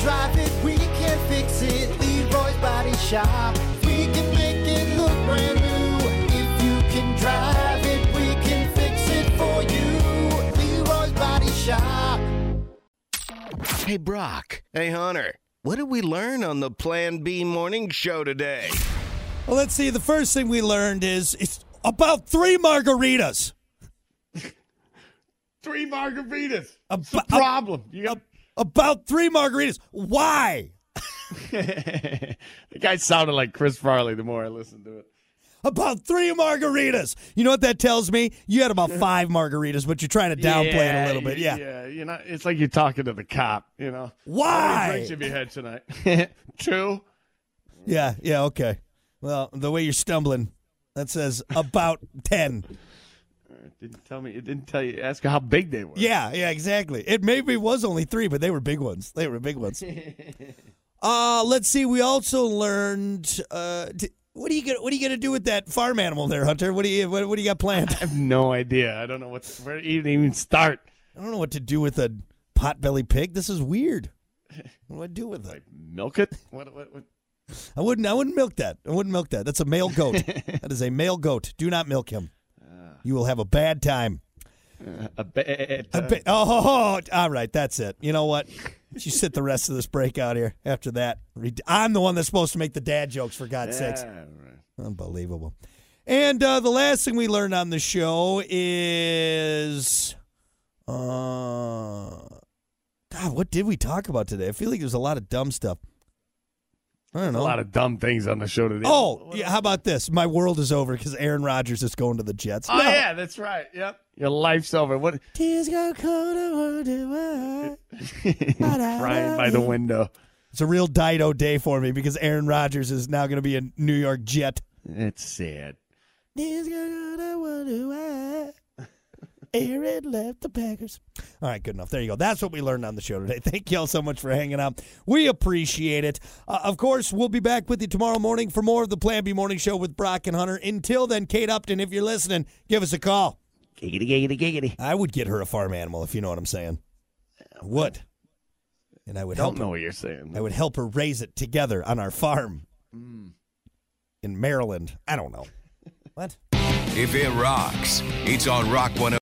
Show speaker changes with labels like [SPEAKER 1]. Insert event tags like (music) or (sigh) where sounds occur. [SPEAKER 1] drive it, we can fix it. Leroy's Body Shop. We can make it look brand new. If you can drive it, we can fix it for you. Leroy's Body Shop.
[SPEAKER 2] Hey, Brock. Hey, Hunter. What did we learn on the Plan B morning show today?
[SPEAKER 3] Well, let's see. The first thing we learned is it's about three margaritas.
[SPEAKER 4] Three margaritas.
[SPEAKER 3] A
[SPEAKER 4] It's the
[SPEAKER 3] bu- a-
[SPEAKER 4] problem. You got
[SPEAKER 3] About three margaritas. Why?
[SPEAKER 4] (laughs) the guy sounded like Chris Farley the more I listened to it.
[SPEAKER 3] About three margaritas. You know what that tells me? You had about five margaritas, but you're trying to downplay it a little bit. Yeah.
[SPEAKER 4] Yeah, you know, it's like you're talking to the cop, you know. How many
[SPEAKER 3] Why?
[SPEAKER 4] drinks have you had tonight? (laughs) Two.
[SPEAKER 3] Yeah. Yeah. Okay. Well, the way you're stumbling, that says about 10.
[SPEAKER 4] Didn't tell me. It didn't tell you. Ask how big they were.
[SPEAKER 3] Yeah, yeah, exactly. It maybe was only three, but they were big ones. They were big ones. uh, let's see. We also learned. Uh, d- what are you gonna What are you gonna do with that farm animal there, Hunter? What do you What, what do you got planned?
[SPEAKER 4] I have no idea. I don't know what. Where to even even start?
[SPEAKER 3] I don't know what to do with a potbelly pig. This is weird. What do I do with it?
[SPEAKER 4] Like milk it? What? What? what?
[SPEAKER 3] I wouldn't. I wouldn't milk that. I wouldn't milk that. That's a male goat. that is a male goat. Do not milk him. You will have a bad time.
[SPEAKER 4] A eh, bad.
[SPEAKER 3] (laughs) A ba- oh, all right. That's it. You know what? You sit the rest of this break out here after that. Re- I'm the one that's supposed to make the dad jokes, for God's sakes.
[SPEAKER 4] Yeah, right.
[SPEAKER 3] Unbelievable. And uh, the last thing we learned on the show is. Uh, God, what did we talk about today? I feel like there's a lot of dumb stuff. I don't
[SPEAKER 4] A
[SPEAKER 3] know.
[SPEAKER 4] lot of dumb things on the show today.
[SPEAKER 3] oh, yeah. How about this? My world is over because Aaron Rodgers is going to the Jets.
[SPEAKER 4] Oh
[SPEAKER 3] No.
[SPEAKER 4] yeah, that's right. Yep. Your life's over. What? (laughs)
[SPEAKER 3] Tears go cold, I wonder why.
[SPEAKER 4] Crying by the window.
[SPEAKER 3] It's a real Dido day for me because Aaron Rodgers is now going to be a New York Jet.
[SPEAKER 4] It's sad.
[SPEAKER 3] Aaron left the Packers. All right, good enough. There you go. That's what we learned on the show today. (laughs) Thank y'all so much for hanging out. We appreciate it. Uh, of course, we'll be back with you tomorrow morning for more of the Plan B Morning Show with Brock and Hunter. Until then, Kate Upton, if you're listening, give us a call.
[SPEAKER 4] Giggity, giggity, giggity.
[SPEAKER 3] I would get her a farm animal if you know what I'm saying. I would, and I would help
[SPEAKER 4] Don't
[SPEAKER 3] her.
[SPEAKER 4] know what you're saying.
[SPEAKER 3] I would help her raise it together on our farm in Maryland. I don't know. What?
[SPEAKER 5] If it rocks, it's on Rock 101.